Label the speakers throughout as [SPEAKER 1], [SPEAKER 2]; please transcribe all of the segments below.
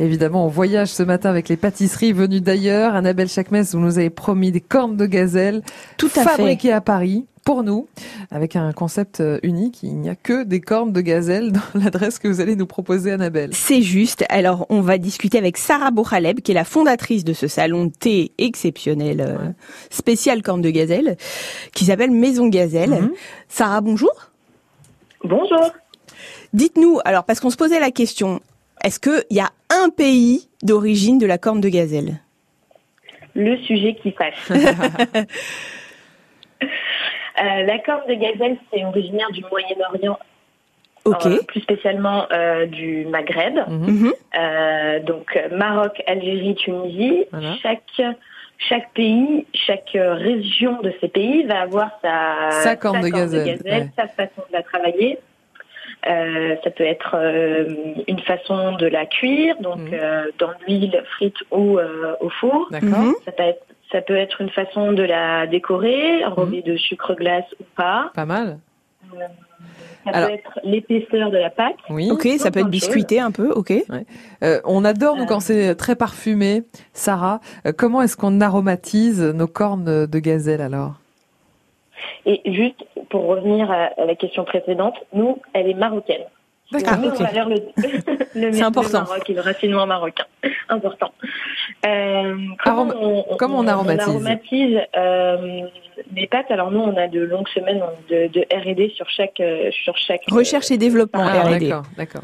[SPEAKER 1] Évidemment, on voyage ce matin avec les pâtisseries venues d'ailleurs. Annabelle Chakmes, vous nous avez promis des cornes de gazelle
[SPEAKER 2] Tout à fait.
[SPEAKER 1] fabriquées à Paris pour nous, avec un concept euh, unique. Il n'y a que des cornes de gazelle dans l'adresse que vous allez nous proposer, Annabelle.
[SPEAKER 2] C'est juste. Alors, on va discuter avec Sarah Bourhaleb, qui est la fondatrice de ce salon de thé exceptionnel, euh, spécial corne de gazelle, qui s'appelle Maison Gazelle.
[SPEAKER 1] Mhm.
[SPEAKER 2] Sarah, bonjour.
[SPEAKER 3] Bonjour.
[SPEAKER 2] Dites-nous, alors, parce qu'on se posait la question, est-ce qu'il y a un pays d'origine de la corne de gazelle
[SPEAKER 3] Le sujet qui fâche. Euh, la corne de gazelle, c'est originaire du Moyen-Orient,
[SPEAKER 2] Ok.
[SPEAKER 3] euh, plus spécialement euh, du Maghreb,
[SPEAKER 2] Mhm.
[SPEAKER 3] Euh, donc euh, Maroc, Algérie, Tunisie.
[SPEAKER 1] Voilà.
[SPEAKER 3] Chaque, chaque pays, chaque euh, région de ces pays va avoir sa,
[SPEAKER 1] Sa corne de gazelle, ouais.
[SPEAKER 3] sa façon de la travailler. Euh, ça peut être euh, une façon de la cuire, donc
[SPEAKER 1] Mhm.
[SPEAKER 3] euh, dans l'huile frite ou euh, au four.
[SPEAKER 1] D'accord.
[SPEAKER 2] Mhm.
[SPEAKER 3] Ça peut, être, ça peut être une façon de la décorer, enrobée
[SPEAKER 1] Mhm.
[SPEAKER 3] de sucre glace ou pas.
[SPEAKER 1] Pas mal.
[SPEAKER 3] Ça
[SPEAKER 1] Alors-
[SPEAKER 3] peut être l'épaisseur de la pâte.
[SPEAKER 1] Oui.
[SPEAKER 2] Ok, ça peut être
[SPEAKER 3] Plein de choses.
[SPEAKER 2] biscuité un peu, ok.
[SPEAKER 1] Euh, on adore, nous,
[SPEAKER 3] Euh.
[SPEAKER 1] quand c'est très parfumé. Sarah, euh, comment est-ce qu'on aromatise nos cornes de gazelle alors
[SPEAKER 3] Et juste pour revenir à à la question précédente, nous, elle est marocaine.
[SPEAKER 2] D'accord.
[SPEAKER 3] Nous,
[SPEAKER 2] ok.
[SPEAKER 3] on valeur le,
[SPEAKER 2] C'est
[SPEAKER 3] le, le
[SPEAKER 2] important.
[SPEAKER 3] Maroc et le raffinement marocain. Important. Euh, comment,
[SPEAKER 1] Aroma-
[SPEAKER 3] on,
[SPEAKER 1] comment on aromatise
[SPEAKER 3] aromatise, euh, les pâtes Alors nous, on a de longues semaines de, de R&D sur chaque, euh, sur chaque
[SPEAKER 2] Recherche et développement,
[SPEAKER 1] Ah,
[SPEAKER 2] R&D.
[SPEAKER 1] D'accord, d'accord.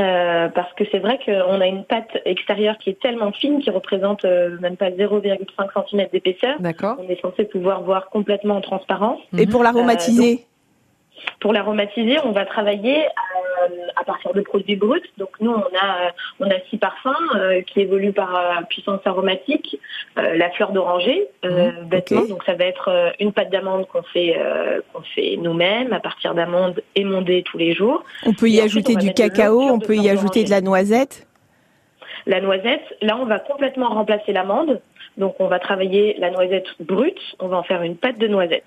[SPEAKER 3] Euh, parce que c'est vrai qu'on a une pâte extérieure qui est tellement fine, qui représente euh, même pas 0,5 cm d'épaisseur.
[SPEAKER 1] D'accord. Mhm.
[SPEAKER 3] On est censé pouvoir voir complètement en transparence.
[SPEAKER 2] Et pour l'aromatiser
[SPEAKER 3] Pour l'aromatiser, on va travailler euh, à partir de produits bruts. Donc nous, on a euh, on a six parfums euh, qui évoluent par euh, puissance aromatique. Euh, la fleur d'oranger, euh, bêtement.
[SPEAKER 2] ok.
[SPEAKER 3] Donc ça va être euh, une pâte d'amande qu'on fait euh, qu'on fait nous-mêmes à partir d'amandes émondées tous les jours.
[SPEAKER 2] On peut y
[SPEAKER 3] Et ensuite,
[SPEAKER 2] ajouter
[SPEAKER 3] on va
[SPEAKER 2] du
[SPEAKER 3] mettre de
[SPEAKER 2] cacao,
[SPEAKER 3] l'eau sur
[SPEAKER 2] on
[SPEAKER 3] de
[SPEAKER 2] peut y
[SPEAKER 3] l'orange.
[SPEAKER 2] ajouter de la noisette.
[SPEAKER 3] La noisette, là, on va complètement remplacer l'amande. Donc, on va travailler la noisette brute. On va en faire une pâte de noisette.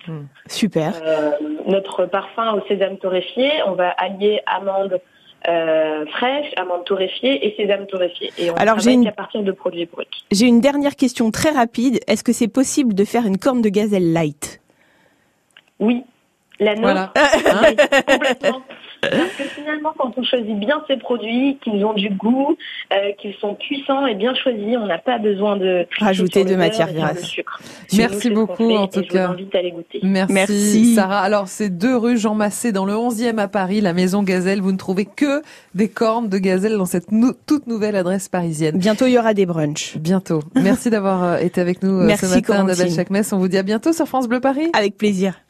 [SPEAKER 2] Super.
[SPEAKER 3] Euh, notre parfum au sésame torréfié, on va allier amande euh, fraîche, amande torréfiée et sésame torréfié. Et on
[SPEAKER 2] Alors, j'ai
[SPEAKER 3] travaille
[SPEAKER 2] une-
[SPEAKER 3] qu'à partir de produits bruts.
[SPEAKER 2] J'ai une dernière question très rapide. Est-ce que c'est possible de faire une corne de gazelle light
[SPEAKER 3] Oui, la nôtre,
[SPEAKER 1] Voilà.
[SPEAKER 3] oui, complètement. Parce que finalement, quand on choisit bien ses produits, qu'ils ont du goût, euh, qu'ils sont puissants et bien choisis, on n'a pas besoin de tricher
[SPEAKER 2] Rajouter
[SPEAKER 3] sur
[SPEAKER 2] de
[SPEAKER 3] le beurre
[SPEAKER 2] matière
[SPEAKER 3] et sur le
[SPEAKER 2] grasse.
[SPEAKER 3] sucre. Nous,
[SPEAKER 1] Merci
[SPEAKER 3] c'est ce qu'on
[SPEAKER 1] beaucoup
[SPEAKER 3] fait
[SPEAKER 1] en
[SPEAKER 3] et
[SPEAKER 1] tout
[SPEAKER 3] Je vous
[SPEAKER 1] cas.
[SPEAKER 3] invite à les goûter.
[SPEAKER 1] Merci,
[SPEAKER 2] Merci.
[SPEAKER 1] Sarah. Alors c'est deux rues Jean Massé dans le 11e à Paris, la maison Gazelle. Vous ne trouvez que des cornes de gazelle dans cette nou- toute nouvelle adresse parisienne.
[SPEAKER 2] Bientôt, il y aura des brunchs.
[SPEAKER 1] Bientôt. Merci d'avoir euh, été avec nous euh,
[SPEAKER 2] Merci,
[SPEAKER 1] ce matin, Annabelle
[SPEAKER 2] Corentine.
[SPEAKER 1] Chakmes. On vous dit à bientôt sur France Bleu Paris.
[SPEAKER 2] Avec plaisir.